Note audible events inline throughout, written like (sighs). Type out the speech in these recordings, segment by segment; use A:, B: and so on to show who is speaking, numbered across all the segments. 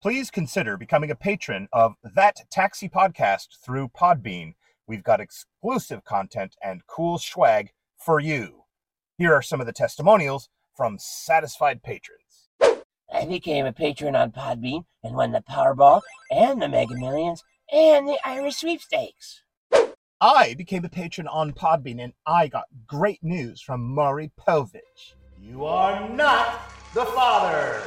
A: Please consider becoming a patron of That Taxi Podcast through Podbean. We've got exclusive content and cool swag for you. Here are some of the testimonials from satisfied patrons.
B: I became a patron on Podbean and won the Powerball and the Mega Millions and the Irish Sweepstakes.
A: I became a patron on Podbean and I got great news from Mari Povich. You are not the father.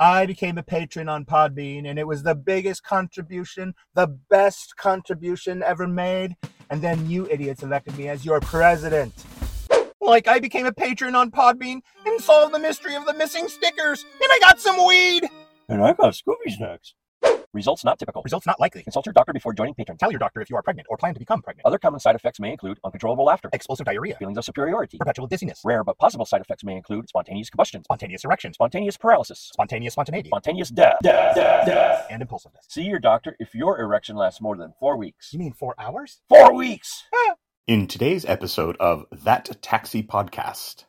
A: I became a patron on Podbean and it was the biggest contribution, the best contribution ever made. And then you idiots elected me as your president. Like I became a patron on Podbean and solved the mystery of the missing stickers and I got some weed.
C: And I got Scooby Snacks. Results not typical.
A: Results not likely.
C: Consult your doctor before joining Patreon.
A: Tell your doctor if you are pregnant or plan to become pregnant.
C: Other common side effects may include uncontrollable laughter,
A: Explosive diarrhea,
C: feelings of superiority.
A: perpetual dizziness,
C: Rare but possible side effects may include spontaneous combustion,
A: spontaneous erections,
C: spontaneous paralysis,
A: spontaneous spontaneity,
C: spontaneous death. Death, death, death.
A: and impulsiveness.
C: See your doctor if your erection lasts more than four weeks.
A: You mean four hours?
C: Four weeks!
D: In today's episode of That Taxi Podcast,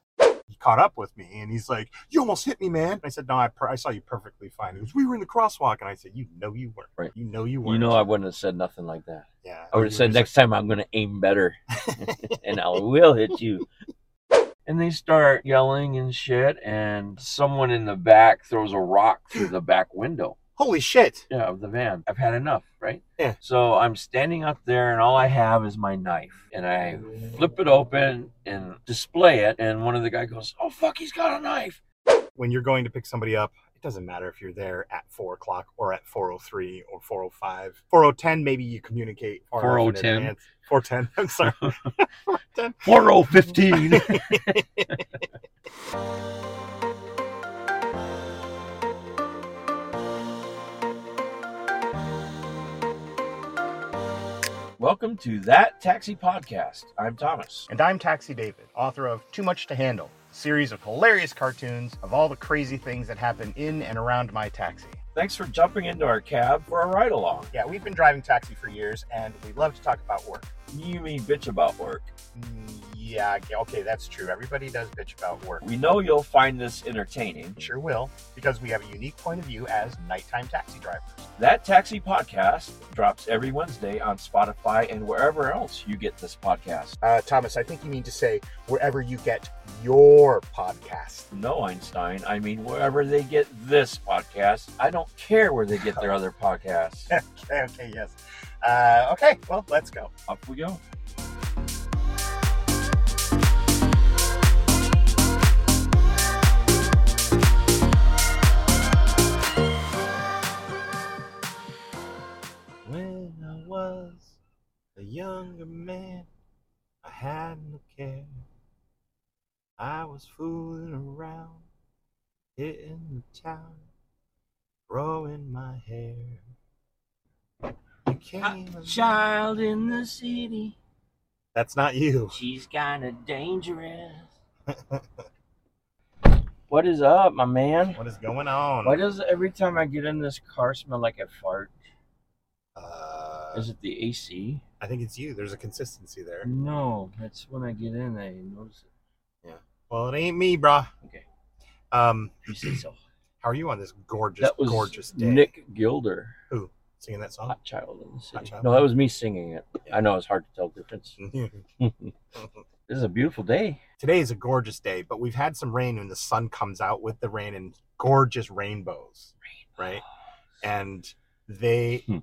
A: he caught up with me and he's like, "You almost hit me, man." I said, "No, I, per- I saw you perfectly fine." He goes, "We were in the crosswalk," and I said, "You know you weren't.
E: Right.
A: You know you weren't.
E: You know, I wouldn't have said nothing like that.
A: yeah."
E: I would have
A: You
E: said
A: were
E: next
A: just
E: time I'm going to aim better, (laughs) and I will hit you. And they start yelling and shit, and someone in the back throws a rock through the back window.
A: like, "Holy shit!"
E: Yeah, of the van. I've had enough, right?
A: Yeah.
E: So I'm standing up there, and all I have is my knife, and I flip it open and display it, and one of the guy goes, "Oh fuck, he's got a knife."
A: When you're going to pick somebody up, it doesn't matter if you're there at four o'clock or at four o three or four o five, four o ten. Maybe you communicate far enough in advance. 4:10,
E: 4:10.
A: (laughs) I'm sorry. 4:10.
E: Four oh fifteen. Welcome to that taxi podcast. I'm Thomas.
A: And I'm Taxi David, author of Too Much to Handle, a series of hilarious cartoons of all the crazy things that happen in and around my taxi.
E: Thanks for jumping into our cab for a ride along.
A: Yeah, we've been driving taxi for years and we love to talk about work.
E: You mean bitch about work?
A: Mm, Yeah, okay- okay, that's true. Everybody does bitch about work.
E: We know you'll find this entertaining.
A: We sure will, because we have a unique point of view as nighttime taxi drivers.
E: That Taxi Podcast drops every Wednesday on Spotify and wherever else you get this podcast.
A: Uh, Thomas, I think you mean to say wherever you get your podcast. (laughs)
E: No, Einstein. I mean, wherever they get this podcast, I don't care where they get their other podcasts.
A: Okay, okay, yes. Uh, okay, well, let's go.
E: Up we go.
A: When I was a younger man, I had no care. I was fooling around, hitting the town, growing my hair. You came along.
B: Child in the city,
A: That's not you.
B: she's kinda dangerous.
E: (laughs) What is up, my man?
A: What is going on?
E: Why does every time I get in this car smell like a fart?
A: Uh,
E: Is it the AC?
A: I think it's you. There's a consistency there.
E: No, that's when I get in, I notice it.
A: Well, it ain't me, brah.
E: Okay.
A: Um,
E: (clears throat) You say so.
A: how are you on this gorgeous,
E: that was
A: gorgeous day?
E: Nick Gilder,
A: singing that song.
E: Hot Child in the
A: Hot
E: City.
A: Child.
E: No, that was me singing it.
A: Yeah.
E: I know it's hard to tell the difference.
A: (laughs)
E: This is a beautiful day.
A: Today is a gorgeous day, but we've had some rain and the sun comes out with the rain and gorgeous rainbows, right? And they,
E: Hmm.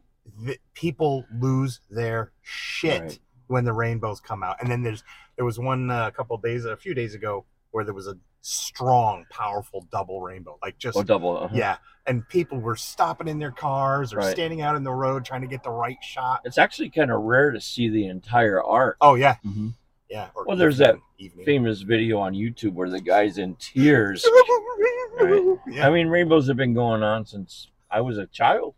A: the, people lose their shit
E: Right.
A: when the rainbows come out. And then there's there was one uh, a couple days, a few days ago, where there was a strong, powerful double rainbow, like just
E: Oh, double. uh-huh.
A: yeah. And people were stopping in their cars or
E: Right.
A: standing out in the road trying to get the right shot.
E: It's actually kind of rare to see the entire arc.
A: Oh yeah,
E: Mm-hmm.
A: yeah. Or
E: Well, there's that
A: evening. (laughs)
E: Famous video on YouTube where the guy's in tears. Right.
A: Yeah.
E: I mean, rainbows have been going on since I was a child.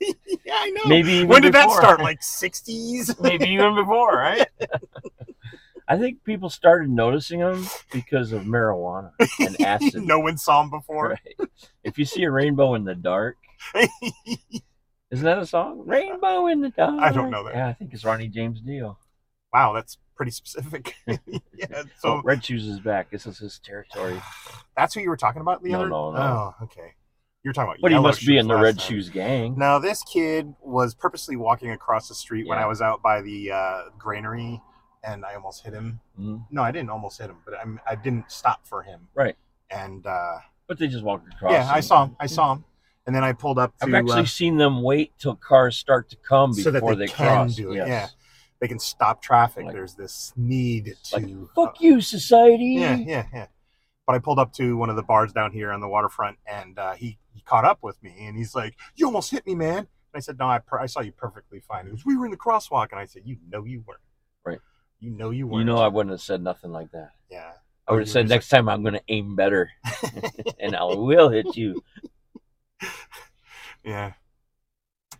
A: yeah, I know.
E: Maybe even
A: when did that
E: before. (laughs)
A: start? Like 60s?
E: Maybe even before, right? (laughs) I think people started noticing them because of marijuana and acid.
A: (laughs) no one saw him before.
E: Right. If you see a rainbow in
A: (laughs)
E: the dark, isn't that a song? Rainbow in the dark.
A: I don't know that.
E: Yeah, I think it's Ronnie James Dio.
A: Wow, that's pretty specific.
E: (laughs)
A: (laughs) yeah,
E: So
A: so
E: Red Shoes is back. This is his territory.
A: that's who you were talking about the
E: No,
A: other
E: no, no.
A: Oh, okay. You're talking about.
E: But he
A: Yellow
E: must be
A: Shoes
E: in the
A: last
E: Red
A: time.
E: Shoes gang.
A: No, this kid was purposely walking across the street when
E: Yeah.
A: I was out by the uh, granary, and I almost hit him.
E: Mhm.
A: No, I didn't almost hit him, but I'm, I didn't stop for him.
E: Right.
A: And uh,
E: But they just walked across.
A: yeah, I
E: and-
A: saw him. I saw him, and then I pulled up to.
E: I've actually
A: uh,
E: seen them wait till cars start to come before
A: So that
E: they,
A: they can
E: cross.
A: do it,
E: Yes.
A: yeah. they can stop traffic.
E: Like-
A: There's this need
E: Like,
A: to.
E: Fuck you, society.
A: Uh, Yeah, yeah, yeah. But I pulled up to one of the bars down here on the waterfront, and uh, he, he caught up with me, and he's like, "You almost hit me, man." And I said, "No, I, per- I saw you perfectly fine." He goes, "We were in the crosswalk," and I said, "You know you weren't."
E: Right.
A: You know you
E: You
A: weren't. Oh,
E: know, I wouldn't have said nothing like that.
A: Yeah.
E: I would have said next time I'm going to
A: (laughs)
E: aim better, (laughs) and I will hit you.
A: Yeah.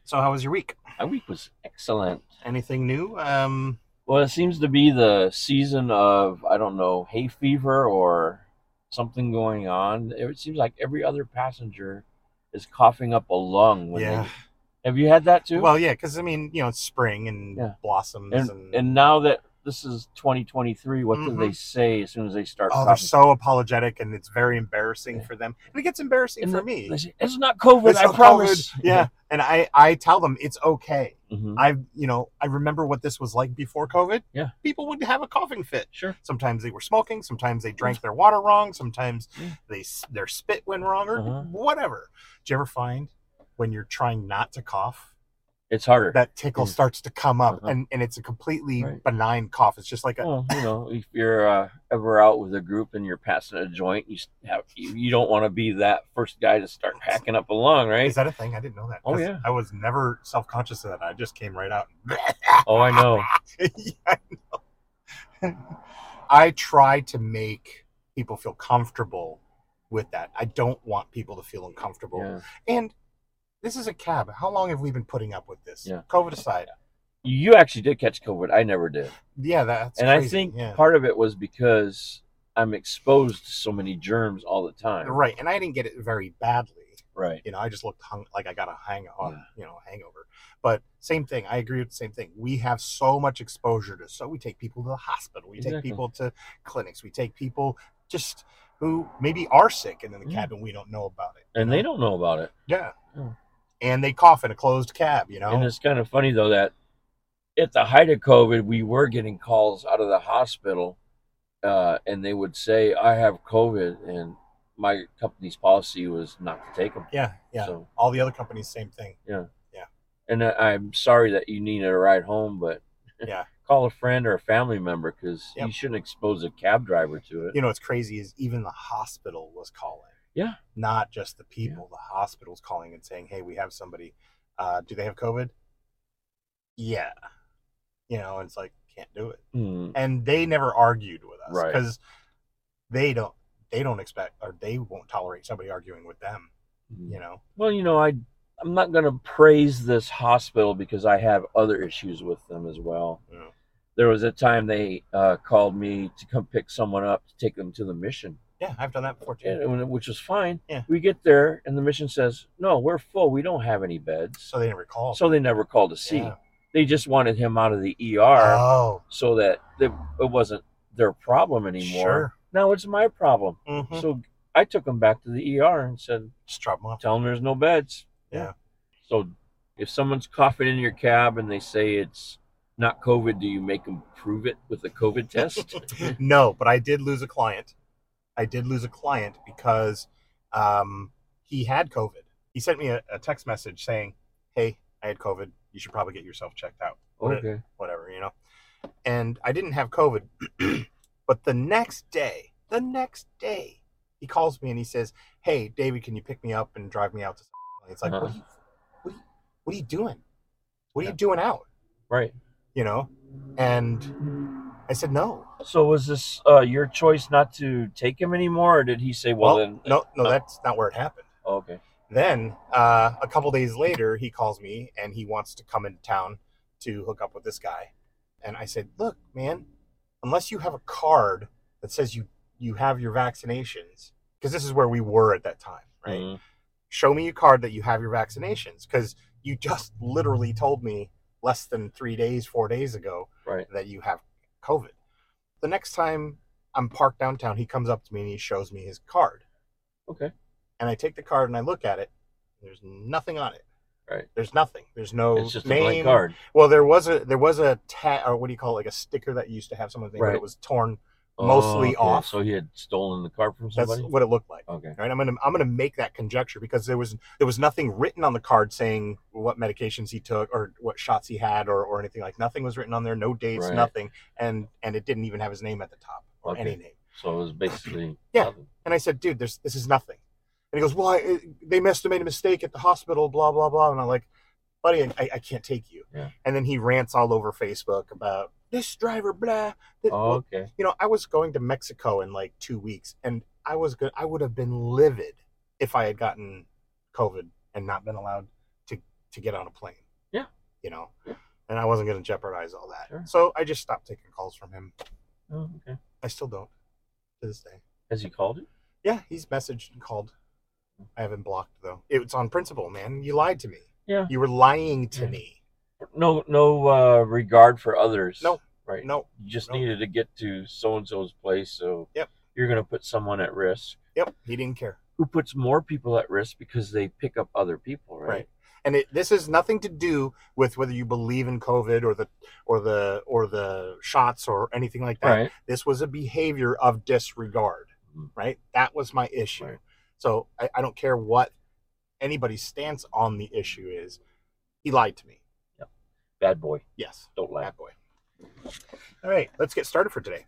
A: So how was your week?
E: My week was excellent.
A: Anything new? Um.
E: Well, it seems to be the season of I don't know hay fever or something going on. It seems like every other passenger is coughing up a lung. When
A: Yeah.
E: They, have you had that too?
A: Well, yeah, because I mean, you know, it's spring and
E: Yeah.
A: blossoms and.
E: and and now that this is 2023, what
A: Mhm.
E: do they say as soon as they start?
A: Oh, they're
E: coughing?
A: so apologetic, and it's very embarrassing
E: Yeah.
A: for them. And it gets embarrassing
E: And
A: for
E: the-
A: me.
E: they say, It's not COVID.
A: It's
E: I
A: not
E: promise.
A: COVID. Yeah, and I I tell them it's okay.
E: Mhm.
A: I you know I remember what this was like before COVID.
E: Yeah.
A: people would have a coughing fit.
E: Sure.
A: Sometimes they were smoking. Sometimes they
E: Mm.
A: drank their water wrong. Sometimes
E: Yeah.
A: they s- their spit went wrong or
E: Mm. Uh-huh.
A: whatever. Do you ever find when you're trying not to cough
E: It's harder.
A: that tickle
E: Yeah.
A: starts to come up
E: Uh-huh.
A: and and it's a completely
E: Right. Oh,
A: benign cough. It's just like a
E: well, you know, if you're uh, ever out with a group and you're passing a joint, you s- have you, you don't want to be that first guy to start hacking up a lung, right?
A: is that a thing? I didn't know that.
E: Oh,
A: 'Cause
E: yeah.
A: I was never self conscious of that. I just came right out.
E: (laughs) oh, I know.
A: (laughs) yeah, I know. I try to make people feel comfortable with that. I don't want people to feel uncomfortable.
E: Yeah.
A: And this is a cab. How long have we been putting up with this?
E: Yeah.
A: COVID aside.
E: You actually did catch COVID. I never did,
A: Yeah, that's
E: and I
A: crazy.
E: think
A: yeah.
E: part of it was because I'm exposed to so many germs all the time.
A: right. And I didn't get it very badly.
E: Right.
A: You know, I just looked hung, like I got a hang on,
E: Yeah.
A: you know, hangover. But same thing. I agree with the same thing. We have so much exposure to, so we take people to the hospital, we take
E: Exactly.
A: people to clinics, we take people just who maybe are sick and in the
E: Yeah.
A: cabin we don't know about it.
E: And they don't know about it.
A: Yeah.
E: Yeah.
A: And they cough in a closed cab, you know.
E: And it's kind of funny though that at the height of COVID, we were getting calls out of the hospital, uh, and they would say, "I have COVID," and my company's policy was not to take them.
A: yeah, yeah.
E: So,
A: All the other companies, same thing.
E: and I, I'm sorry that you needed a ride home, but
A: Yeah.
E: (laughs) call a friend or a family member because
A: Yep.
E: you shouldn't expose a cab driver to it.
A: You know, what's crazy is even the hospital was calling.
E: Yeah.
A: Not just the people. The hospital's calling and saying, "Hey, we have somebody. Uh, do they have COVID?" Yeah. You know, it's like can't do it,
E: Hmm.
A: and they never argued with us
E: Right.
A: because they don't they don't expect or they won't tolerate somebody arguing with them.
E: Mm.
A: You know.
E: Well, you know, I I'm not going to praise this hospital because I have other issues with them as well.
A: Yeah.
E: There was a time they uh, called me to come pick someone up to take them to the mission,
A: Yeah, I've done that before too.
E: and- and- which was fine.
A: Yeah.
E: We get there, and the mission says, "No, we're full. We don't have any beds."
A: So they never called.
E: So they never called to see.
A: Yeah.
E: They just wanted him out of the ER
A: oh,
E: so that they, it wasn't their problem anymore.
A: sure.
E: Now it's my problem.
A: Mhm.
E: So I took him back to the ER and said,
A: Just drop 'em off.
E: tell them there's no beds.
A: Yeah.
E: So if someone's coughing in your cab and they say it's not COVID, do you make them prove it with a COVID
A: (laughs)
E: test?
A: no, but I did lose a client. I did lose a client because um, he had COVID. He sent me a, a text message saying, "Hey, I had COVID. You should probably get yourself checked out." What-
E: Oh, okay.
A: Whatever, you know. And I didn't have COVID, (clears throat) but the next day, the next day, he calls me and he says, "Hey, David, can you pick me up and drive me out to?" It's like, what, are you, what, are you, what are you doing? What are
E: Uh-huh. Yeah.
A: you doing out?
E: Right.
A: You know? And I said, "No,
E: So was this uh, your choice not to take him anymore, or did he say, "Well,
A: Well,
E: then"?
A: no, no,
E: uh,
A: that's not where it happened.
E: oh, okay.
A: Then uh, a couple days later, he calls me and he wants to come into town to hook up with this guy. And I said, "Look, man, unless you have a card that says you you have your vaccinations, because this is where we were at that time, right?
E: Mhm.
A: Show me your card that you have your vaccinations, because you just literally told me less than three days, four days ago,
E: Right.
A: that you have COVID. The next time I'm parked downtown, he comes up to me and he shows me his card.
E: Okay.
A: and I take the card and I look at it. There's nothing on it.
E: Right.
A: There's nothing. There's no
E: It's just a
A: name.
E: blank card.
A: Well, there was a there was a ta- or what do you call it? Like a sticker that you used to have someone's name, but
E: Right.
A: it was torn. Mostly off.
E: Oh, So he had stolen the card from
A: That's
E: somebody.
A: what it looked like.
E: okay.
A: Right. I'm gonna I'm gonna make that conjecture because there was there was nothing written on the card saying what medications he took or what shots he had or, or anything like nothing was written on there. No dates,
E: Right.
A: nothing, and and it didn't even have his name at the top or
E: Okay.
A: any name.
E: So it was basically
A: (clears throat) Yeah.
E: nothing.
A: And I said, dude, there's, this is nothing. And he goes, well, I, it- they must have made a mistake at the hospital, blah, blah, blah. And I'm like, buddy, I- I, I can't take you.
E: Yeah.
A: And then he rants all over Facebook about this driver, blah. that-
E: Oh, okay.
A: You know, I was going to Mexico in like two weeks and I was good. I would have been livid if I had gotten COVID and not been allowed to, to get on a plane.
E: Yeah.
A: You know,
E: Yeah.
A: and I wasn't going to jeopardize all that.
E: Sure.
A: So I just stopped taking calls from him.
E: Oh, okay.
A: I still don't to this day.
E: Has he called it?
A: Yeah, he's messaged and called. I haven't blocked though. It's on principle, man. You lied to me.
E: Yeah.
A: You were lying to
E: Yeah.
A: me.
E: No, no uh, regard for others.
A: No.
E: Right.
A: No.
E: You just
A: No.
E: needed to get to so and so's place. So
A: Yep.
E: you're going to put someone at risk.
A: Yep. He didn't care.
E: Who puts more people at risk because they pick up other people, right?
A: Right. And it, this has nothing to do with whether you believe in COVID or the or the or the shots or anything like that.
E: Right.
A: This was a behavior of disregard.
E: Mhm.
A: Right. That was my issue.
E: Right.
A: So I, I don't care what anybody's stance on the issue is. He lied to me.
E: Bad boy.
A: Yes.
E: Don't laugh.
A: Bad boy. All right, let's get started for today.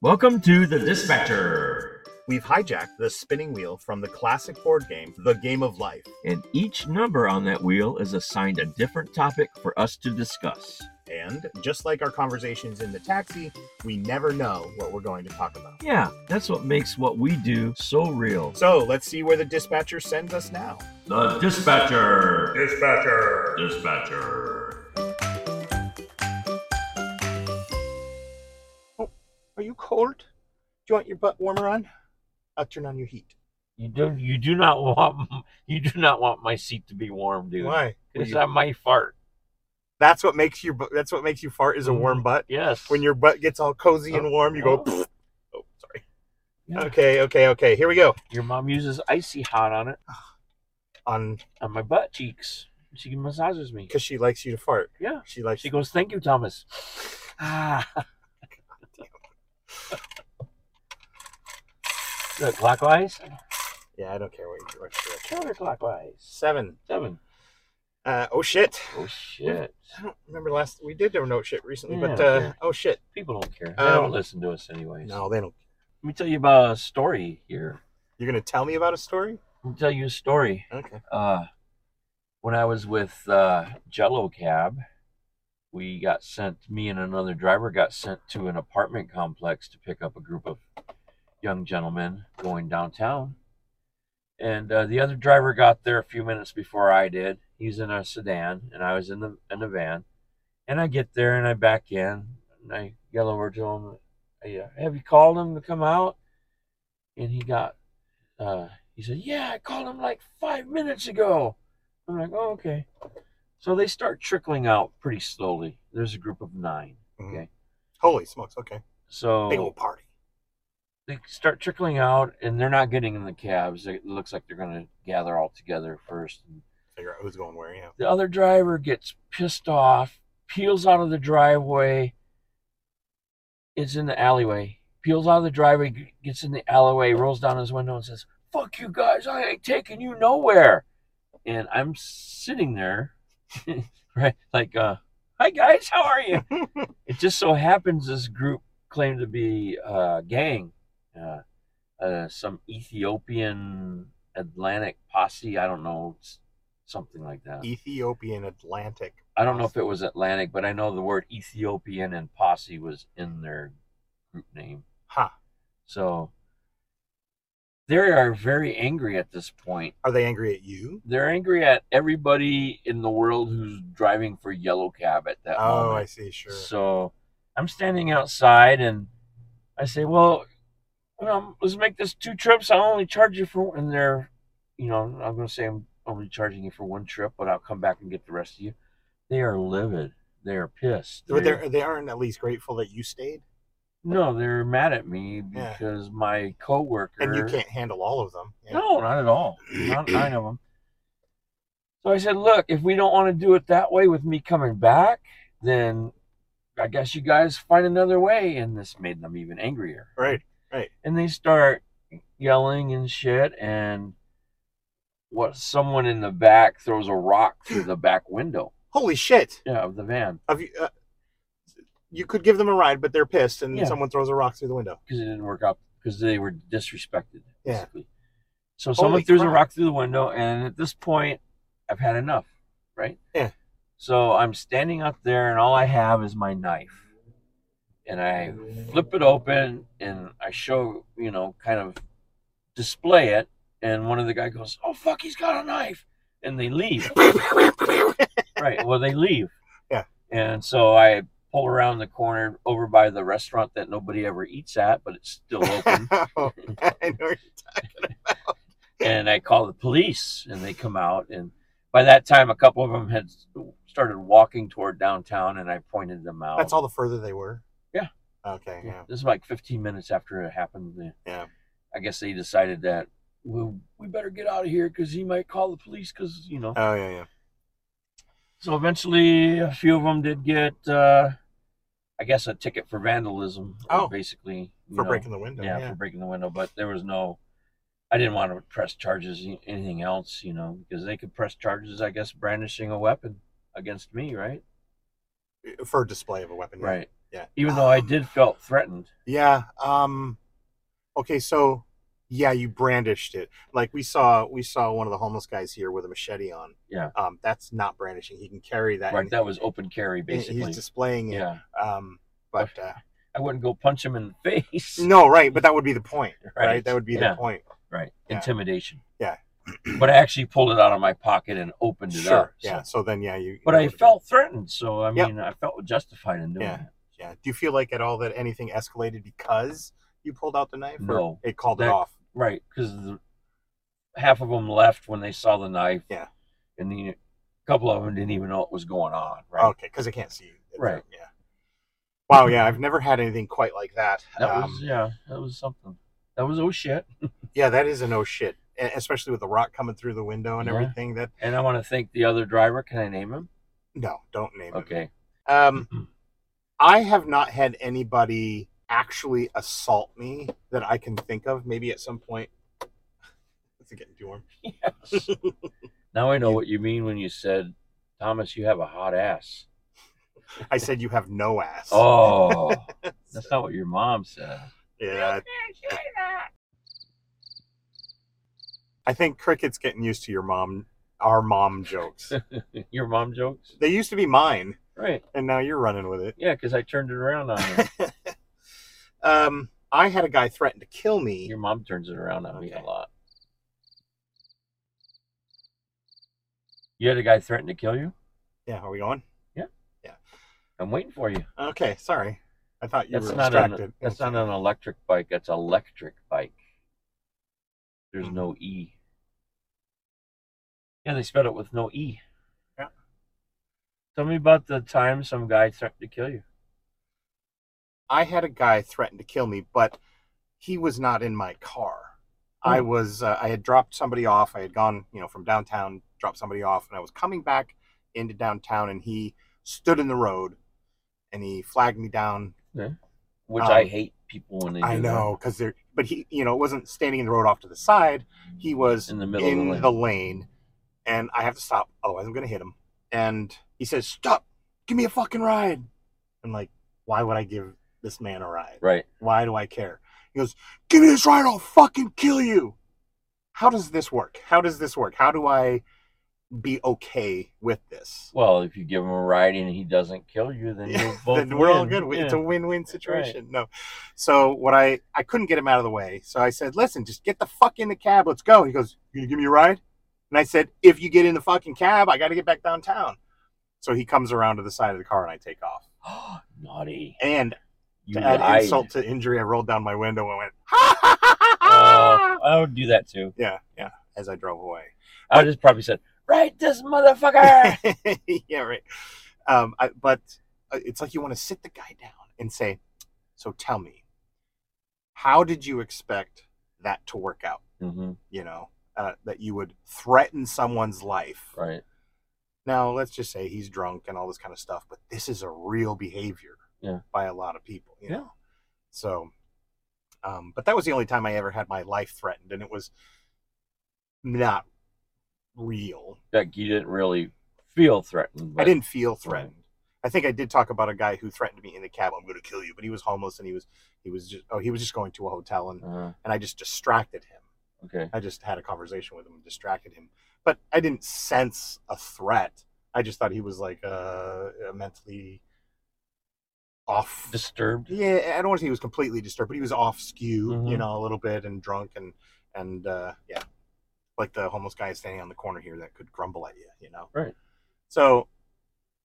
F: Welcome to the Dispatcher.
A: We've hijacked the spinning wheel from the classic board game, The Game of Life.
F: And each number on that wheel is assigned a different topic for us to discuss.
A: And just like our conversations in the taxi, we never know what we're going to talk about.
F: Yeah, that's what makes what we do so real.
A: So let's see where the dispatcher sends us now.
F: The Dispatcher. Dispatcher. Dispatcher.
A: Are you cold? Do you want your butt warmer on? I'll turn on your heat.
E: You do. You do not (laughs) want. You do not want my seat to be warm, dude.
A: Why?
E: Because I might fart.
A: That's what makes you. bu- That's what makes you fart is a warm
E: Mm.
A: butt.
E: Yes.
A: When your butt gets all cozy and warm, you go.
E: Oh.
A: Oh, sorry.
E: Yeah.
A: Okay, okay, okay. Here we go.
E: your mom uses icy hot on it
A: On
E: on my butt cheeks. She massages me.
A: because she likes you to fart.
E: Yeah.
A: She likes.
E: She goes, "Thank you, Thomas." Ah. (laughs) Look, clockwise,
A: Yeah, I don't care what you what you do.
E: counterclockwise.
A: Seven.
E: Seven.
A: Uh, oh shit.
E: Oh shit!
A: I don't remember last we did a note shit recently,
E: Yeah,
A: but uh,
E: okay.
A: oh shit.
E: People don't care. They
A: Um,
E: don't listen to us, anyways.
A: No, they don't.
E: Let me tell you about a story here.
A: You're gonna tell me about a story?
E: Let me tell you a story.
A: Okay.
E: uh, when I was with uh, Jello Cab, we got sent. Me and another driver got sent to an apartment complex to pick up a group of young gentlemen going downtown. And uh, the other driver got there a few minutes before I did. He's in a sedan, and I was in the in the van. And I get there and I back in, and I yell over to him, "Hey, uh, "Have you called him to come out?" And he got uh, he said, Yeah, I called him like five minutes ago. I'm like, Oh, okay. So they start trickling out pretty slowly. There's a group of nine.
A: Holy smokes. Okay. Big
E: So
A: old party.
E: they start trickling out, and they're not getting in the cabs. It looks like they're going to gather all together first.
A: Figure out who's going where. Yeah.
E: The other driver gets pissed off, peels out of the driveway. It's in the alleyway. Peels out of the driveway, g- gets in the alleyway, rolls down his window, and says, "Fuck you guys! I ain't taking you nowhere." And I'm sitting there, (laughs) right, like, uh, "Hi guys, how are you?" it just so happens this group claimed to be a gang, uh, uh, some Ethiopian Atlantic posse. I don't know, s- something like that.
A: Ethiopian Atlantic.
E: I don't know if it was Atlantic, but I know the word Ethiopian and posse was in their group name.
A: Ha.
E: So they are very angry at this point.
A: Are they angry at you?
E: They're angry at everybody in the world who's driving for Yellow Cab at that
A: Oh, I
E: moment.
A: see. Sure.
E: Um, So I'm standing outside and I say, Well, you know, let's make this two trips. I'll only charge you for and they're you know, I'm gonna say I'm only charging you for one trip, but I'll come back and get the rest of you. They are livid. They are pissed.
A: But
E: They're-
A: they're, they aren't at least grateful that you stayed.
E: No, they were mad at me
A: Yeah.
E: because my coworker.
A: and you can't handle all of them. Yeah.
E: No, not at all. Not nine of them. So I said, look, if we don't want to do it that way with me coming back, then I guess you guys find another way. And this made them even angrier.
A: Right.
E: And they start yelling and shit. And what someone in the back throws a rock through the back window
A: Holy shit!
E: yeah, of the van
A: Have you? Uh, you could give them a ride, but they're pissed, and
E: Yeah.
A: someone throws a rock through the
E: (laughs)
A: window. (laughs)
E: because it didn't work out because they were disrespected.
A: Yeah.
E: Basically. So someone
A: Holy
E: threw the
A: crap.
E: rock through the window, and at this point, I've had enough, right?
A: Yeah.
E: So I'm standing up there, and all I have is my knife, and I flip it open, and I show, you know, kind of display it, and one of the guy goes, "Oh fuck, he's got a knife," and they
A: (laughs)
E: leave. right. Well, they leave.
A: Yeah.
E: And so I pull around the corner over by the restaurant that nobody ever eats at, but it's still open.
A: Oh, I
E: (laughs)
A: know.
E: and I call the police, and they come out. And by that time, a couple of them had started walking toward downtown, and I pointed them out.
A: That's all the further they were.
E: Yeah.
A: Okay. Yeah.
E: This is like 15 minutes after it happened.
A: Yeah.
E: I guess they decided that well, we better get out of here because he might call the police because you know.
A: Oh yeah, yeah.
E: So eventually, a few of them did get, uh, I guess, a ticket for vandalism. or
A: Oh.
E: basically you
A: For
E: know,
A: breaking the window.
E: yeah,
A: Yeah.
E: for breaking the window. But there was no, I didn't want to press charges, y- anything else, you know, because they could press charges, I guess, brandishing a weapon against me, right?
A: For, display of a weapon. yeah.
E: Right.
A: Yeah.
E: Even though I
A: Um,
E: did felt threatened.
A: Yeah. Um. Okay. So, yeah, you brandished it. Like we saw, we saw one of the homeless guys here with a machete on.
E: Yeah.
A: Um. That's not brandishing. He can carry that.
E: Right.
A: and
E: That was open carry,
A: he-
E: basically.
A: He's displaying it.
E: yeah.
A: Um. But uh,
E: I wouldn't go punch him in the (laughs) face.
A: no, right. But that would be the
E: (laughs)
A: point, right?
E: Right.
A: That would be
E: Yeah.
A: the point.
E: Right.
A: Yeah.
E: Intimidation.
A: Yeah. (clears throat)
E: but I actually pulled it out of my pocket and opened it
A: Sure.
E: up. so-
A: yeah. So then, yeah, you.
E: But
A: you
E: I
A: would've-
E: felt threatened, so I
A: Yep.
E: mean, I felt justified in doing
A: Yeah.
E: it.
A: Yeah. Do you feel like at all that anything escalated because you pulled out the knife?
E: No.
A: Or it called it
E: That-
A: off.
E: Right, because half of them left when they saw the knife.
A: Yeah.
E: and the, a couple of them didn't even know what was going on. Right.
A: Okay, because I can't see. you.
E: Right.
A: Yeah. Wow. Yeah, I've never had anything quite like that.
E: that
A: Um,
E: was yeah, that was something. That was oh shit.
A: Yeah, that is a no shit, E- especially with the rock coming through the window and
E: Yeah.
A: everything. That
E: And I want to thank the other driver. Can I name him?
A: no, don't name it.
E: Okay.
A: Um, I have not had anybody actually assault me that I can think of. Maybe at some point. (laughs) It's getting too warm.
E: (laughs)
A: (laughs)
E: Yes. now I know what you mean when you said, Thomas, you have a hot
A: (laughs)
E: ass.
A: I said you have no ass.
E: Oh,
A: (laughs)
E: that's not what your mom said.
A: yeah. I think cricket's getting used to your mom, our mom
E: (laughs)
A: jokes.
E: (laughs) Your mom jokes,
A: they used to be mine,
E: right?
A: and now you're running with it.
E: Yeah, because I turned it around on her.
A: Um, I had a guy threaten to kill me.
E: Your mom turns it around on me a
A: Okay.
E: lot. You had a guy threaten to kill you?
A: Yeah, are we going?
E: I'm waiting for you.
A: Okay, sorry. I thought you
E: That's
A: were
E: not
A: distracted. Oh,
E: an, that's not an electric bike. That's electric bike. There's
A: Mm-hmm.
E: no E. Yeah, they spelled it with no E.
A: Yeah.
E: Tell me about the time some guy threatened to kill you.
A: I had a guy threaten to kill me, but he was not in my car. I
E: Hmm.
A: was uh, I had dropped somebody off. I had gone, you know, from downtown, dropped somebody off, and I was coming back into downtown, and he stood in the road, and he flagged me down.
E: Which I
A: Um,
E: hate people when they do
A: I
E: that.
A: know because there, but he, you know, wasn't standing in the road off to the side. He was
E: In the middle
A: in
E: of the
A: the
E: lane.
A: lane, and I have to stop, otherwise I'm gonna hit him. And he says, "Stop! Give me a fucking ride." I'm like, why would I give this man a ride?
E: Right.
A: Why do I care? He goes, Give me this ride, I'll fucking kill you. How does this work? How does this work? How do I be okay with this?
E: Well, if you give him a ride and he doesn't kill you, then you'll both
A: then we're all
E: win.
A: good. We- It's
E: Yeah.
A: a win-win situation. No, so what I I couldn't get him out of the way, so I said, "Listen, just get the fuck in the cab. Let's go." He goes, "You gonna give me a ride?" And I said, "If you get in the fucking cab, I got to get back downtown." So he comes around to the side of the car and I take off.
E: (gasps) Naughty.
A: And
E: You
A: to add
E: lied.
A: insult to injury, I rolled down my window and went, (laughs)
E: Oh, I would do that too.
A: "Yeah, yeah," as I drove away.
E: I would just probably said, "Right, this (laughs) motherfucker."
A: (laughs) yeah, right. Um, I, but uh, it's like you want to sit the guy down and say, "So tell me, how did you expect that to work out?
E: Mm-hmm.
A: You know, uh, that you would threaten someone's life.
E: Right.
A: Now, let's just say he's drunk and all this kind of stuff, but this is a real behavior
E: Yeah.
A: by a lot of people, you
E: Yeah.
A: know? So, um, but that was the only time I ever had my life threatened, and it was not real.
E: Like you didn't really feel threatened.
A: I
E: but-
A: didn't feel threatened. I think I did talk about a guy who threatened me in the cab. I'm going to kill you, but he was homeless and he was he was just oh he was just going to a hotel and
E: Uh,
A: and I just distracted him.
E: okay.
A: I just had a conversation with him and distracted him, but I didn't sense a threat. I just thought he was like uh, mentally off.
E: Disturbed.
A: yeah, I don't want to say he was completely disturbed, but he was off skew, you
E: Mhm.
A: know, a little bit and drunk and and uh, yeah, like the homeless guy standing on the corner here that could grumble at you, you know.
E: Right.
A: So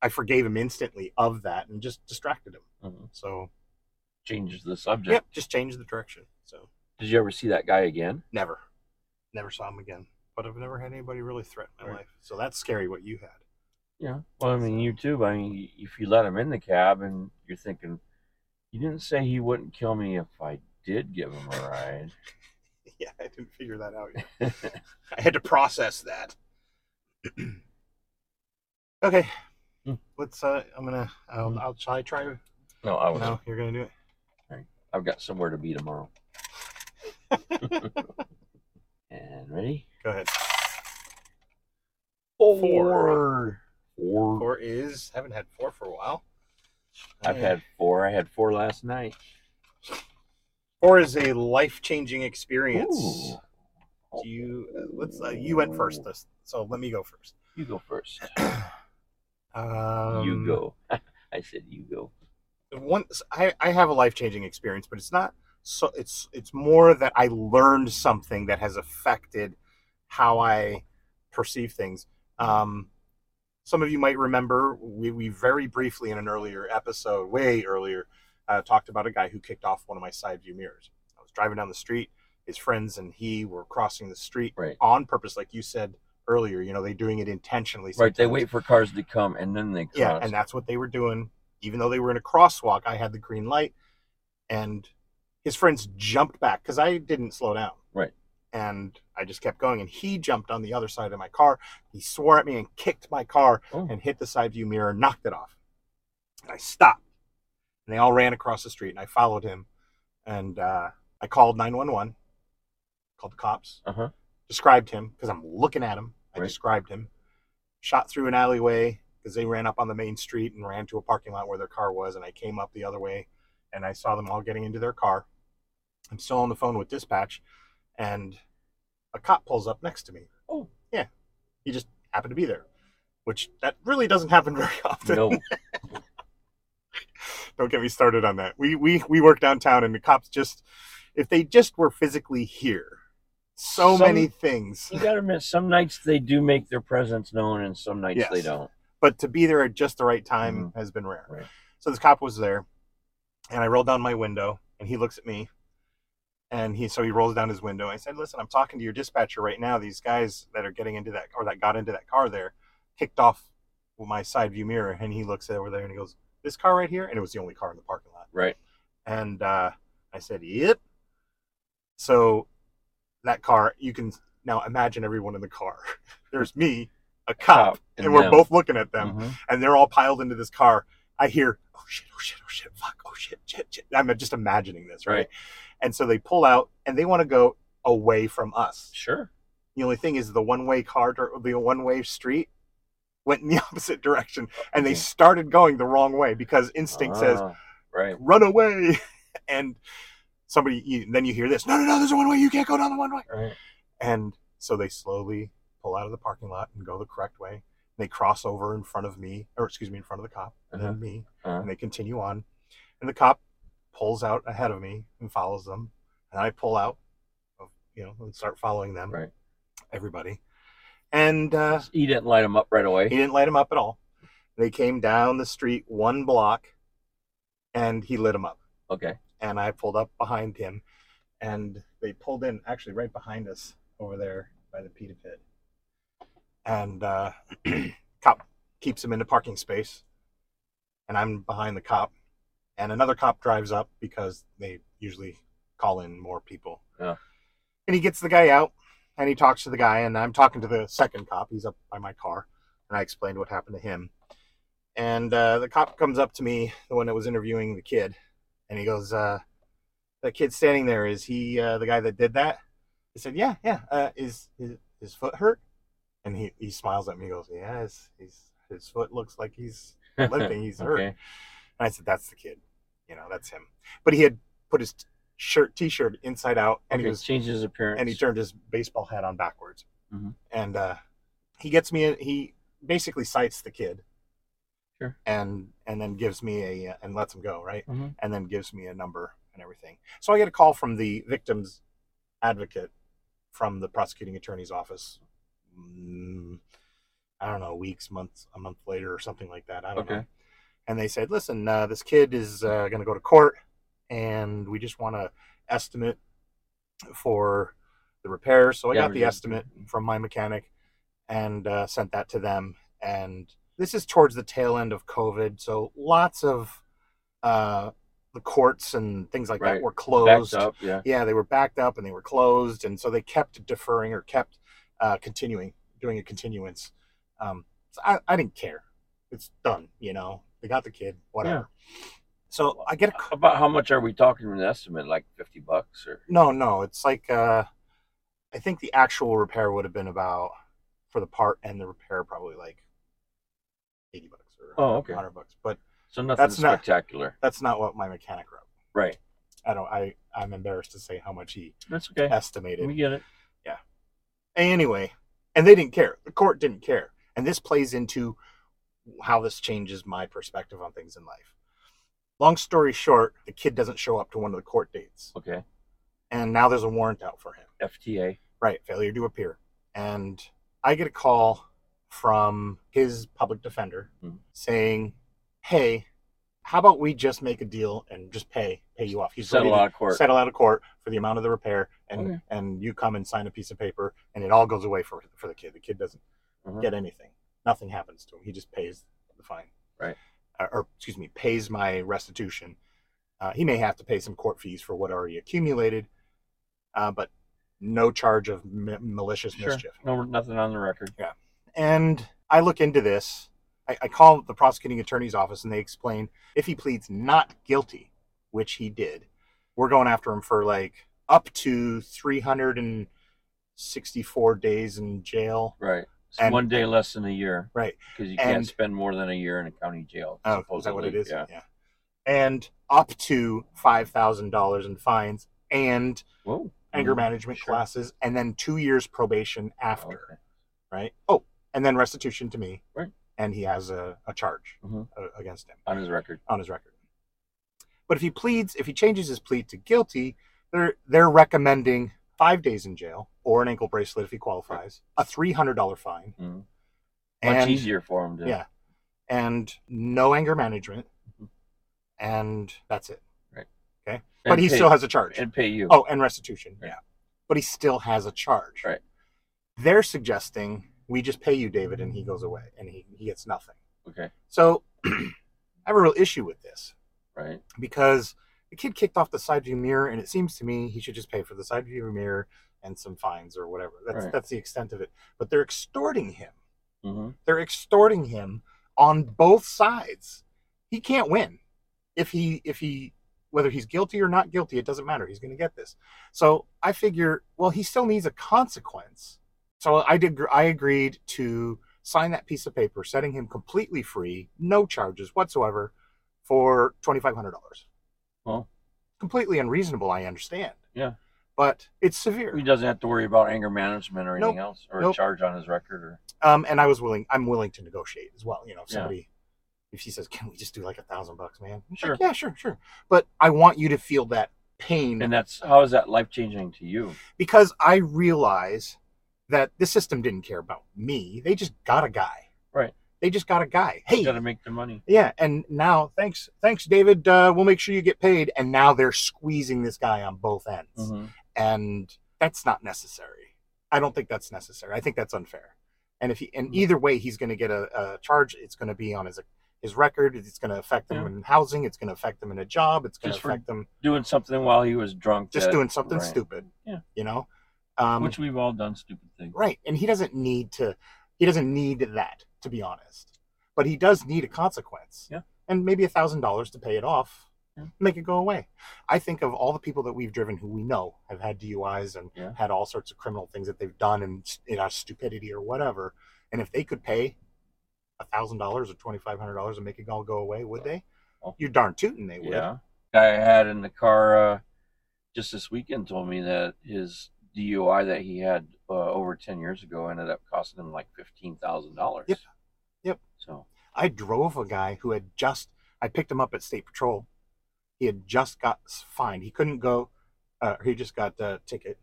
A: I forgave him instantly of that and just distracted him.
E: Mhm.
A: So
E: Changes the subject.
A: yep, just changed the direction. So
E: Did you ever see that guy again?
A: never, never saw him again. But I've never had anybody really threaten my
E: Right.
A: life. So that's scary what you had. (laughs)
E: Yeah. Well, I mean, you too. I mean, if you let him in the cab and you're thinking, you didn't say he wouldn't kill me if I did give him a ride.
A: Yeah, I didn't figure that out yet. I had to process that. (clears throat) okay.
E: Hmm.
A: Let's uh I'm gonna I'll I'll try try
E: (laughs) No, I was.
A: No, you're gonna do it.
E: I've got somewhere to be tomorrow. (laughs) and ready?
A: Go ahead.
E: Four.
A: Four, is haven't had four for a while. Uh,
E: I've had four. I had four last night.
A: four is a life changing experience.
E: Ooh.
A: Do you uh, let's uh, you went first this so let me go first.
E: You go first.
A: Um,
E: you go. (laughs) I said you go.
A: once I, I have a life changing experience, but it's not so it's it's more that I learned something that has affected how I perceive things. Um, some of you might remember we, we very briefly in an earlier episode, way earlier, uh, talked about a guy who kicked off one of my side view mirrors. I was driving down the street. His friends and he were crossing the street
E: Right.
A: on purpose, like you said earlier. You know, they're doing it intentionally.
E: Right. They
A: sometimes.
E: wait for cars to come and then they cross.
A: Yeah, and that's what they were doing. Even though they were in a crosswalk, I had the green light, and his friends jumped back because I didn't slow down.
E: Right.
A: And I just kept going, and he jumped on the other side of my car. He swore at me and kicked my car
E: Oh.
A: and hit the side view mirror and knocked it off. And I stopped, and they all ran across the street, and I followed him, and uh, I called 911, called the cops,
E: Uh-huh.
A: described him because I'm looking at him. I
E: Right.
A: described him shot through an alleyway because they ran up on the main street and ran to a parking lot where their car was. And I came up the other way and I saw them all getting into their car. I'm still on the phone with dispatch and a cop pulls up next to me.
E: Oh.
A: Yeah. He just happened to be there, which that really doesn't happen (laughs) very often.
E: No.
A: Don't get me started on that. We, we, we work downtown and the cops just, if they just were physically here, so
E: Some-
A: many things.
E: you gotta admit, some nights they do make their presence known, and some nights they
A: Yes.
E: don't.
A: but to be there at just the right time has been rare.
E: Right.
A: So this cop was there, and I rolled down my window, and he looks at me, and he so he rolls down his window. I said, "Listen, I'm talking to your dispatcher right now. These guys that are getting into that or that got into that car there kicked off my side view mirror." And he looks over there and he goes, "This car right here," and it was the only car in the parking lot.
E: Right.
A: And uh, I said, "Yep." So that car, you can now imagine everyone in the car. (laughs) There's me, a cop, and, we're
E: them.
A: both looking at them,
E: Mhm.
A: and they're all piled into this car. I hear, "Oh shit! Oh shit! Oh shit! Fuck! Oh shit! Shit! shit. I'm just imagining this, right?
E: Right.
A: And so they pull out, and they want to go away from us.
E: Sure.
A: The only thing is, the one-way car, dr- the one-way street, went in the (laughs) opposite direction, and they
E: Okay.
A: started going the wrong way because instinct says
E: Ah,
A: (laughs)
E: Right.
A: run away and somebody you, then you hear this no no no there's a one way you can't go down the one way
E: Right.
A: and so they slowly pull out of the parking lot and go the correct way they cross over in front of me or excuse me in front of the cop and
E: Uh-huh.
A: then me
E: Uh-huh.
A: and they continue on and the cop pulls out ahead of me and follows them and i pull out you know and start following them
E: Right.
A: everybody and uh,
E: He didn't light him up right away.
A: he didn't light him up at all they came down the street one block and he lit him up
E: Okay.
A: and I pulled up behind him, and they pulled in actually right behind us over there by the pita pit. And uh, (clears throat) cop keeps him in the parking space, and I'm behind the cop, and another cop drives up because they usually call in more people.
E: Yeah.
A: And he gets the guy out and he talks to the guy, and I'm talking to the second cop. He's up by my car, and I explained what happened to him. And uh, the cop comes up to me, the one that was interviewing the kid, and he goes, uh, "The kid standing there is he uh, the guy that did that?" I said, "Yeah, yeah. Uh, is his his foot hurt?" And he he smiles at me. He goes, "Yes, he's his foot looks like
E: (laughs)
A: he's limping. He's hurt."
E: Okay.
A: And I said, "That's the kid. You know, that's him." But he had put his t- shirt, t-shirt inside out, and
E: Okay,
A: he was
E: changes his appearance.
A: and he turned his baseball hat on backwards.
E: Mhm.
A: And uh, he gets me. He basically cites the kid,
E: Sure.
A: and and then gives me a uh, and lets him go right,
E: Mhm.
A: and then gives me a number and everything. So I get a call from the victim's advocate from the prosecuting attorney's office. Mm, I don't know, weeks, months, a month later, or something like that. I don't
E: Okay.
A: know. And they said, "Listen, uh, this kid is uh, going to go to court, and we just want to estimate for the repair. So I
E: Yeah,
A: got the
E: we did.
A: estimate from my mechanic and uh, sent that to them. And this is towards the tail end of COVID, so lots of uh, the courts and things like
E: Right.
A: that were
E: backed
A: closed.
E: up. Yeah.
A: Yeah, they were backed up and they were closed, and so they kept deferring or kept uh, continuing doing a continuance. Um, so I, I didn't care. It's done. You know, they got the kid. Whatever. So I get a
E: About how much are we talking an estimate? Like fifty bucks or
A: No, no. It's like uh I think the actual repair would have been about for the part and the repair probably like eighty bucks or
E: Oh, okay.
A: hundred bucks. But
E: so nothing
A: That's not-
E: spectacular.
A: that's not what my mechanic wrote.
E: Right.
A: I don't I, I'm embarrassed to say how much he
E: That's okay.
A: estimated.
E: We get it.
A: Anyway, and they didn't care. The court didn't care. And this plays into how this changes my perspective on things in life. Long story short, the kid doesn't show up to one of the court dates.
E: Okay.
A: And now there's a warrant out for him.
E: FTA.
A: Right, failure to appear. And I get a call from his public defender
E: Mhm.
A: saying, "Hey, how about we just make a deal and just pay pay you off? He's
E: Settle
A: ready
E: out
A: to
E: of court.
A: settle out of court for the amount of the repair, and
E: Okay.
A: and you come and sign a piece of paper, and it all goes away for for the kid. The kid doesn't
E: Mhm.
A: get anything. Nothing happens to him. He just pays the fine.
E: Right.
A: Uh, or excuse me, pays my restitution. Uh, he may have to pay some court fees for what already accumulated, uh, but no charge of ma- malicious
E: Sure.
A: mischief.
E: No, nothing on the record.
A: And I look into this. I, I call the prosecuting attorney's office and they explain if he pleads not guilty, which he did, we're going after him for like up to 364 days in jail.
E: Right. It's
A: And-
E: one day less than a year.
A: Right.
E: Because you
A: And-
E: can't spend more than a year in a county jail.
A: Oh, is that what it
E: supposedly.
A: is?
E: Yeah.
A: And up to $5,000 in fines and
E: Whoa.
A: anger
E: Mhm.
A: management
E: Sure.
A: classes and then two years probation after.
E: Okay.
A: Right. Oh, and then restitution to me.
E: Right.
A: And he has a, a charge
E: Mhm.
A: uh, against him.
E: On his record.
A: on his record. But if he pleads, if he changes his plea to guilty, they're they're recommending five days in jail or an ankle bracelet if he qualifies, a three hundred dollar fine,
E: Mhm. Much
A: and
E: easier for him to.
A: yeah. and no anger management, and that's it.
E: and
A: But he
E: pay-
A: still has a charge.
E: And pay you.
A: Oh, and restitution.
E: Right.
A: Yeah. But he still has a charge.
E: Right.
A: They're suggesting we just pay you, David, and he goes away and he, he gets nothing.
E: Okay.
A: So (clears throat) I have a real issue with this.
E: Right.
A: because the kid kicked off the side view mirror, and it seems to me he should just pay for the side view mirror and some fines or whatever. That's
E: Right.
A: that's the extent of it. But they're extorting him.
E: hmm
A: They're extorting him on both sides. He can't win if he if he whether he's guilty or not guilty. It doesn't matter. He's going to get this. So I figure, well, he still needs a consequence. So I did. I agreed to sign that piece of paper, setting him completely free, no charges whatsoever, for twenty five hundred dollars
E: Well,
A: completely unreasonable. I understand.
E: Yeah.
A: but it's severe.
E: he doesn't have to worry about anger management or anything
A: Nope.
E: else or a
A: Nope.
E: charge on his record or.
A: Um, and I was willing. I'm willing to negotiate as well. You know, if
E: Yeah.
A: somebody, if she says, "Can we just do like a thousand bucks, man?" It's
E: Sure.
A: Like, yeah, sure, sure. But I want you to feel that pain
E: And that's how is that life changing to you?
A: because I realize that the system didn't care about me. They just got a guy.
E: Right.
A: They just got a guy. Hey.
E: You got to make the money.
A: yeah, and now thanks, thanks, David. Uh, we'll make sure you get paid. And now they're squeezing this guy on both ends.
E: Mhm.
A: and that's not necessary. I don't think that's necessary. I think that's unfair. And if he, and
E: Mhm.
A: either way, he's going to get a, a charge. It's going to be on his his record. It's going to affect them
E: Yeah.
A: in housing. It's going to affect them in a job. It's going to
E: Just for-
A: affect them
E: Doing something while he was drunk.
A: just
E: that-
A: doing something
E: right.
A: stupid.
E: Yeah.
A: You know, um,
E: Which we've all done stupid things.
A: right? And he doesn't need to. He doesn't need that to be honest, but he does need a consequence.
E: Yeah.
A: And maybe a thousand dollars to pay it off,
E: Yeah.
A: make it go away. I think of all the people that we've driven who we know have had DUIs and
E: Yeah.
A: had all sorts of criminal things that they've done and you know stupidity or whatever. And if they could pay a thousand dollars or twenty five hundred dollars and make it all go away, would they?
E: Oh.
A: You're darn tootin' they would.
E: Yeah. Guy I had in the car uh, just this weekend told me that his DUI that he had uh, over 10 years ago ended up costing him like $15,000.
A: Yep. Yep.
E: So,
A: I drove a guy who had just I picked him up at state patrol. He had just got s- fined. He couldn't go. Uh, he just got a ticket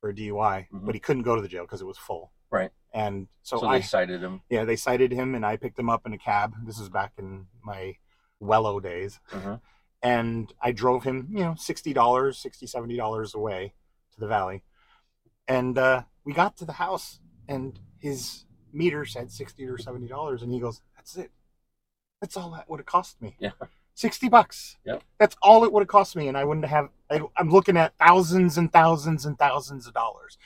A: for a DUI,
E: Mhm.
A: but he couldn't go to the jail because it was full.
E: Right.
A: And so,
E: so,
A: I
E: they cited him.
A: yeah they cited him and I picked him up in a cab. This is back in my Wello days,
E: Mhm.
A: and I drove him you know sixty dollars, sixty seventy dollars away to the valley, and uh, we got to the house and his meter said sixty or seventy dollars, and he goes, "That's it. That's all that would have cost me.
E: Yeah.
A: sixty bucks.
E: Yep.
A: That's all it would have cost me, and I wouldn't have. I, I'm looking at thousands and thousands and thousands of dollars.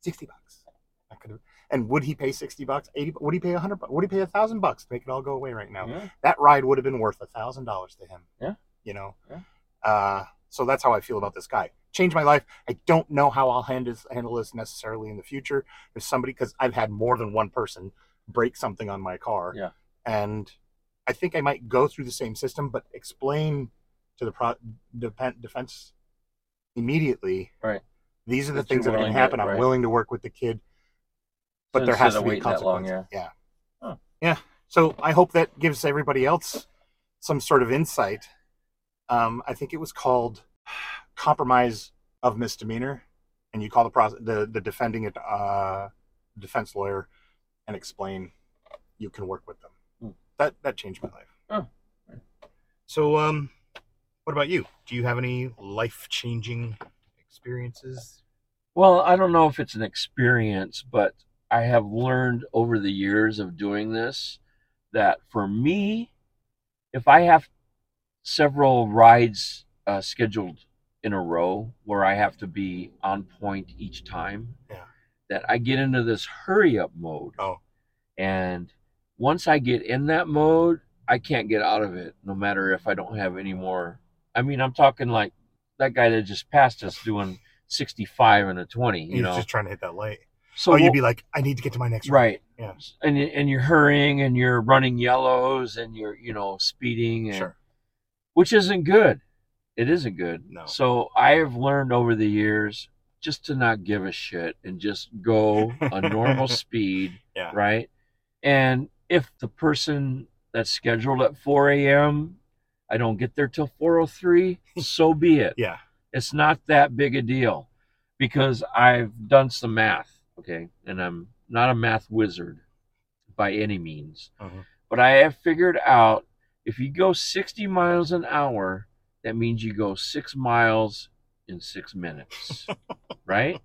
A: Sixty bucks. I could have. And would he pay sixty bucks? Eighty? bu- Would he pay a hundred? bu- Would he pay a thousand bucks to make it all go away right now?
E: Yeah.
A: That ride would have been worth a thousand dollars to him.
E: Yeah.
A: You know.
E: Yeah.
A: Uh, so that's how I feel about this guy. Changed my life. I don't know how I'll handle handle this necessarily in the future. If somebody, because I've had more than one person break something on my car.
E: Yeah.
A: And I think I might go through the same system, but explain to the pro- depen- defense immediately.
E: Right.
A: These are the
E: That you're
A: things that are going
E: willing
A: to
E: to-
A: happen. I'm
E: right.
A: willing to work with the kid, but
E: So
A: there has to
E: instead of
A: be a
E: waiting that long,
A: consequence. yeah.
E: Huh.
A: Yeah. So I hope that gives everybody else some sort of insight. Um, I think it was called compromise of misdemeanor, and you call the process the the defending it uh, defense lawyer and explain you can work with them.
E: Hmm.
A: That that changed my life.
E: Oh.
A: So um what about you? Do you have any life changing experiences?
E: Well, I don't know if it's an experience, but I have learned over the years of doing this that for me, if I have several rides uh, scheduled in a row where I have to be on point each time,
A: Yeah.
E: that I get into this hurry up mode.
A: Oh.
E: And once I get in that mode, I can't get out of it, no matter if I don't have any more. I mean, I'm talking like that guy that just passed us doing 65 and a 20, you
A: You're
E: know.
A: just trying to hit that light.
E: so
A: oh,
E: we'll-
A: you'd be like, I need to get to my next round.
E: right
A: Yeah.
E: and you- and you're hurrying and you're running yellows and you're you know speeding and,
A: Sure.
E: which isn't good it isn't good
A: No.
E: so i've learned over the years just to not give a shit and just go a
A: (laughs)
E: normal speed
A: Yeah.
E: right and if the person that's scheduled at 4 a.m i don't get there till 403 so be it
A: Yeah.
E: it's not that big a deal because I've done some math, okay, and I'm not a math wizard by any means,
A: Mhm.
E: but I have figured out if you go 60 miles an hour, that means you go six miles in six minutes, right?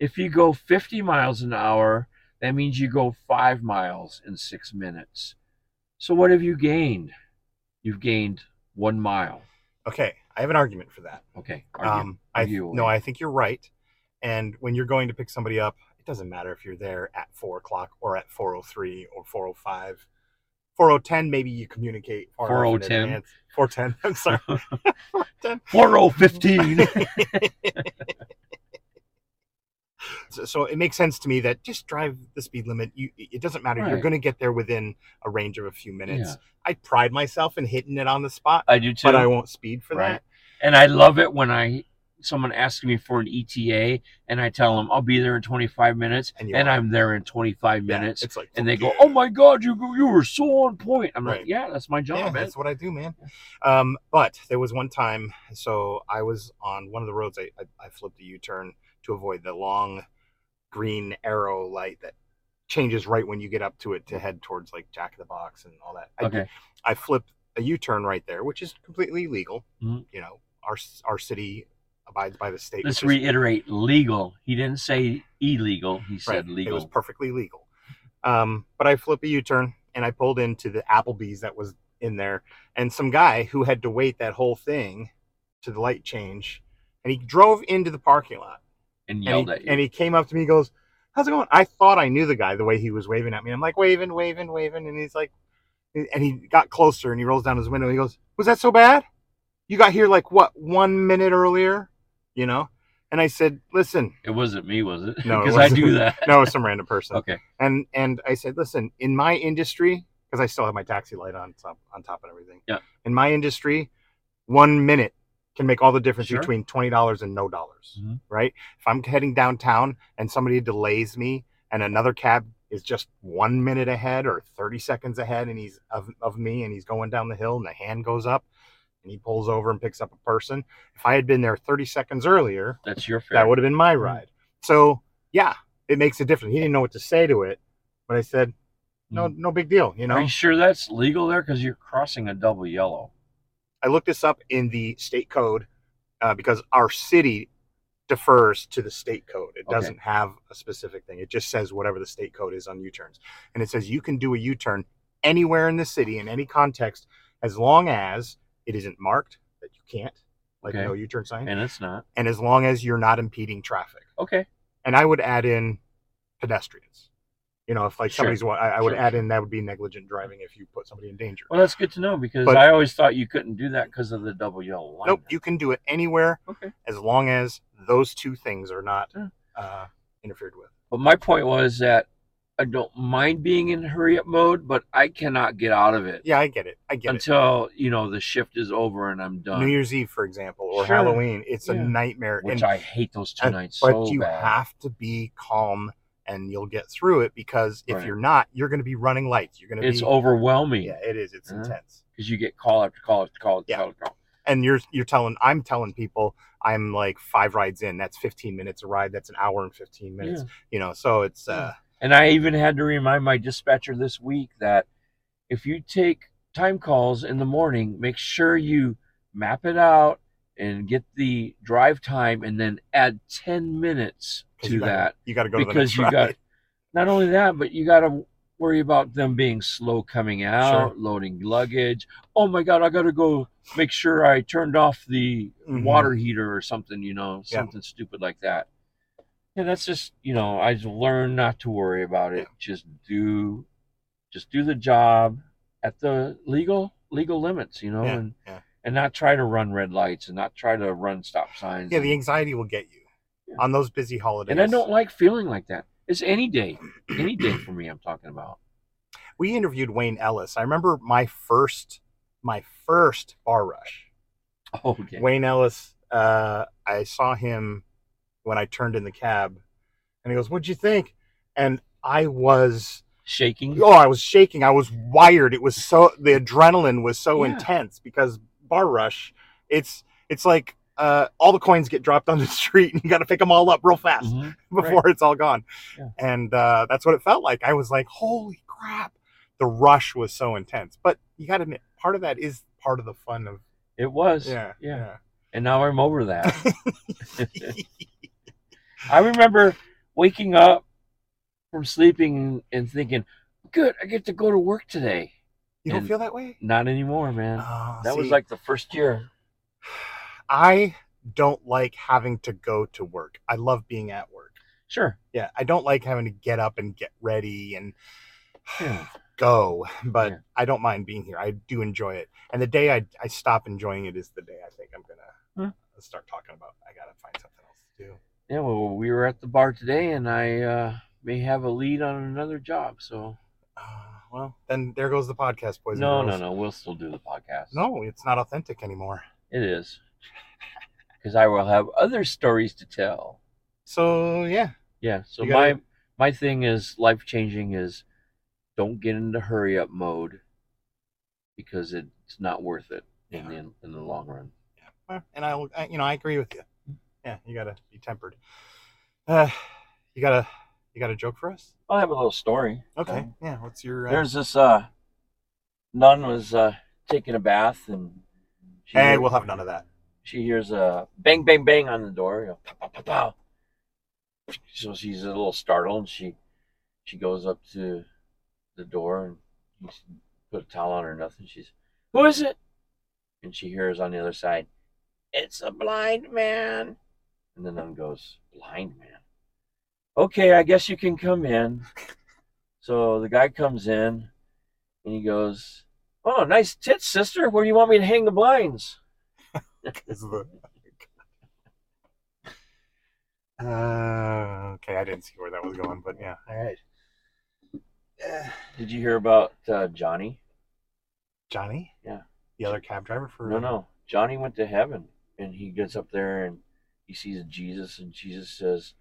E: If you go 50 miles an hour, that means you go five miles in six minutes. So, what have you gained? You've gained one mile.
A: Okay. I have an argument for that.
E: Okay. argue.
A: Um, I
E: Argue away.
A: no, I think you're right. And when you're going to pick somebody up, it doesn't matter if you're there at four o'clock or at four o three or four o five, four o ten. Maybe you communicate far enough in
E: 4:10.
A: advance. Four ten. (laughs) I'm
E: (laughs)
A: sorry. 4:10. (laughs)
E: 4015.
A: So, so it makes sense to me that just drive the speed limit. You, it doesn't matter. You're
E: Right.
A: going to get there within a range of a few minutes. I pride myself in hitting it on the spot,
E: I do too.
A: but I won't speed for
E: Right.
A: that.
E: and I love it when I someone asks me for an ETA and I tell them I'll be there in 25 minutes
A: And
E: and,
A: you are.
E: I'm there in 25
A: Yeah,
E: minutes
A: it's like,
E: and they go,
A: yeah.
E: "Oh my god, you you were so on point." I'm
A: Right.
E: like, "Yeah, that's my job."
A: yeah,
E: man."
A: that's what I do, man. Um, but there was one time, so I was on one of the roads. I, I, I flipped a U turn to avoid the long green arrow light that changes right when you get up to it to head towards like Jack in the Box and all that. I,
E: okay.
A: I flipped a U turn right there, which is completely legal.
E: Mhm.
A: You know, our our city abides by the state.
E: Let's
A: which is-
E: reiterate legal. He didn't say illegal. He said
A: It
E: legal.
A: was perfectly legal. Um, but I flip a U turn and I pulled into the Applebee's that was in there, and some guy who had to wait that whole thing to the light change, and he drove into the parking lot
E: and
A: and
E: yelled
A: he,
E: at you.
A: and he came up to me and goes, How's it going? I thought I knew the guy the way he was waving at me. I'm like, waving, waving, waving. And he's like, and he got closer and he rolls down his window. he goes, Was that so bad? You got here like what, one minute earlier? You know? And I said, Listen,
E: it wasn't me, was it? (laughs)
A: No, it
E: because I
A: wasn't.
E: do
A: (laughs)
E: that.
A: no, it's some random person.
E: Okay.
A: And and I said, Listen, in my industry, because I still have my taxi light on top on top and everything.
E: Yeah.
A: In my industry, one minute can make all the difference
E: Sure.
A: between twenty dollars and no dollars
E: Mhm.
A: right? If I'm heading downtown and somebody delays me and another cab is just one minute ahead or 30 seconds ahead and he's of, of me and he's going down the hill and the hand goes up and he pulls over and picks up a person. If I had been there 30 seconds earlier,
E: That's your fair. Hmm.
A: that would have been my ride. So yeah, it makes a difference. He didn't know what to say to it, but I said, no,
E: Hmm.
A: no big deal. You know,
E: Are you sure that's legal there? Because you're crossing a double yellow.
A: I looked this up in the state code uh, because our city defers to the state code. It
E: Okay.
A: doesn't have a specific thing. It just says whatever the state code is on U-turns, and it says you can do a U-turn anywhere in the city in any context as long as it isn't marked that you can't, like
E: Okay.
A: no U-turn sign, and,
E: And it's not.
A: as long as you're not impeding traffic.
E: Okay.
A: And I would add in pedestrians. You know, if like
E: Sure.
A: somebody's, wa- I, I would
E: Sure,
A: add in that would be negligent driving if you put somebody in danger.
E: Well, that's good to know because
A: But-
E: I always thought you couldn't do that because of the double yellow line.
A: Nope, you can do it anywhere
E: Okay.
A: as long as those two things are not
E: Yeah.
A: uh, interfered with.
E: But my point was that I don't mind being in hurry up mode, but I cannot get out of it
A: Yeah, I get it. I get
E: until you know the shift is over and I'm
A: it.
E: done.
A: New Year's Eve, for example, or
E: Sure.
A: Halloween, it's a
E: Yeah.
A: nightmare.
E: which
A: and-
E: I hate those two
A: and-
E: nights
A: but
E: so
A: you
E: bad.
A: have to be calm and you'll get through it because if
E: Right.
A: you're not, you're going to be running lights. You're going to
E: it's
A: be.
E: overwhelming Uh-huh.
A: Yeah, it is. It's
E: Yeah.
A: intense.
E: because you get call after call after call after
A: Yeah.
E: call. After call.
A: And you're you're telling I'm telling people I'm like five rides in. That's 15 minutes a ride. That's an hour and 15 minutes.
E: Yeah.
A: You know, so it's uh,
E: And I even had to remind my dispatcher this week that if you take time calls in the morning, make sure you map it out and get the drive time and then add 10 minutes
A: 'cause
E: to
A: you gotta,
E: that
A: you got to go to the
E: because
A: next
E: you
A: ride. (laughs)
E: got (laughs) not only that, but you got to worry about them being slow coming out, loading luggage. Oh my God, I got to go make sure I turned off the
A: Mhm.
E: water heater or something, you know,
A: Yeah.
E: something stupid like that. And that's just, you know, I just learned not to worry about it. Just do, just do the job at the legal legal limits, you know,
A: Yeah,
E: and
A: yeah.
E: and not try to run red lights and not try to run stop signs.
A: Yeah,
E: and,
A: the anxiety will get you
E: Yeah.
A: on those busy holidays.
E: and I don't like feeling like that. It's any day, any day for me. I'm talking about. (laughs)
A: We interviewed Wayne Ellis. I remember my first, my first bar rush.
E: Oh, okay.
A: Wayne Ellis. Uh, I saw him when I turned in the cab, and he goes, "What'd you think?" And I was,
E: shaking.
A: oh, I was shaking. I was wired. It was so the adrenaline was so
E: Yeah.
A: intense because bar rush. It's it's like uh, all the coins get dropped on the (laughs) street, and you got to pick them all up real fast.
E: Mhm.
A: before it's all gone.
E: Yeah.
A: And uh, that's what it felt like. I was like, holy crap. The rush was so intense. But you got to admit, part of that is part of the fun of.
E: It was.
A: Yeah.
E: yeah. and now I'm
A: (laughs)
E: over that.
A: yeah.
E: I remember waking up from sleeping and thinking, "Good, I get to go to work today."
A: you don't
E: And-
A: feel that way?
E: Not anymore, man.
A: Oh,
E: that was
A: see,
E: like the first year.
A: (sighs) I don't like having to go to work. I love being at work. (sighs)
E: Sure.
A: Yeah. I don't like having to get up and get ready and
E: Yeah.
A: go, (laughs) but
E: Yeah.
A: I don't mind being here. I do enjoy it. And the day I, I stop enjoying it is the day I think I'm
E: Hmm.
A: going to start talking about. I got to find something else to do.
E: Yeah. Well, we were at the bar today, and I uh, may have a lead on another job. So
A: Uh, well, then there goes the podcast, boys. and
E: no, no,
A: girls.
E: no. We'll still do the podcast.
A: No, it's not authentic anymore.
E: it is because I will have other stories to tell.
A: So yeah,
E: Yeah. So
A: You gotta-
E: my my thing is life changing is don't get into hurry up mode because it's not worth it in the in the long run.
A: Well, and I, I, you know, I agree with you. Yeah, you gotta be tempered. Uh, you gotta, you got a joke for us?
E: I have a little story.
A: Okay. Yeah. What's your? Uh,
E: Um, There's this uh nun was uh taking a bath and she
A: hey, we'll have none of that.
E: she hears a bang bang bang on the door, you know, pow, pow, pow, pow. So she's a little startled and she she goes up to the door and she put a towel on her, nothing. She's, who is it? And she hears on the other side, it's a blind man. And the nun goes, blind man. Okay, I guess you can come in. So the guy comes in and he goes, oh, nice tits, sister. Where do you want me to hang the blinds?
A: Is the- Uh, okay, I didn't see where that was going, but yeah.
E: All right. Did you hear about uh, Johnny?
A: Johnny?
E: Yeah.
A: The other cab driver for
E: No, no. Johnny went to heaven and he gets up there and he sees Jesus and Jesus says,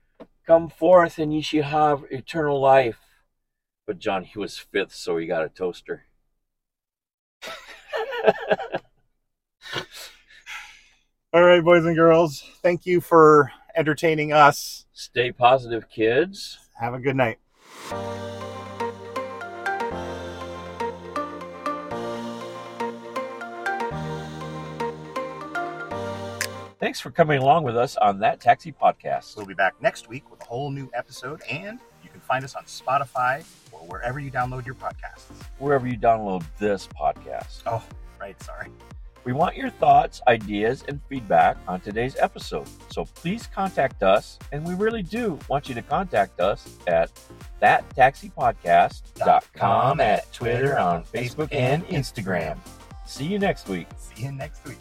E: Come forth and ye shall have eternal life. But Johnny was fifth, so he got
C: (laughs)
E: a toaster.
A: All right, boys and girls, thank you for entertaining us.
E: Stay positive, kids.
A: Have a good night.
C: Thanks for coming along with us on That Taxi Podcast.
G: We'll be back next week with a whole new episode, and you can find us on Spotify or wherever you download your podcasts.
C: Wherever you download this podcast,
G: Right, sorry.
C: we want your thoughts, ideas, and feedback on today's episode. So please contact us, and we really do want you to contact us at thattaxipodcast.com, at Twitter, on Facebook, and Instagram. See you next week.
G: See you next week.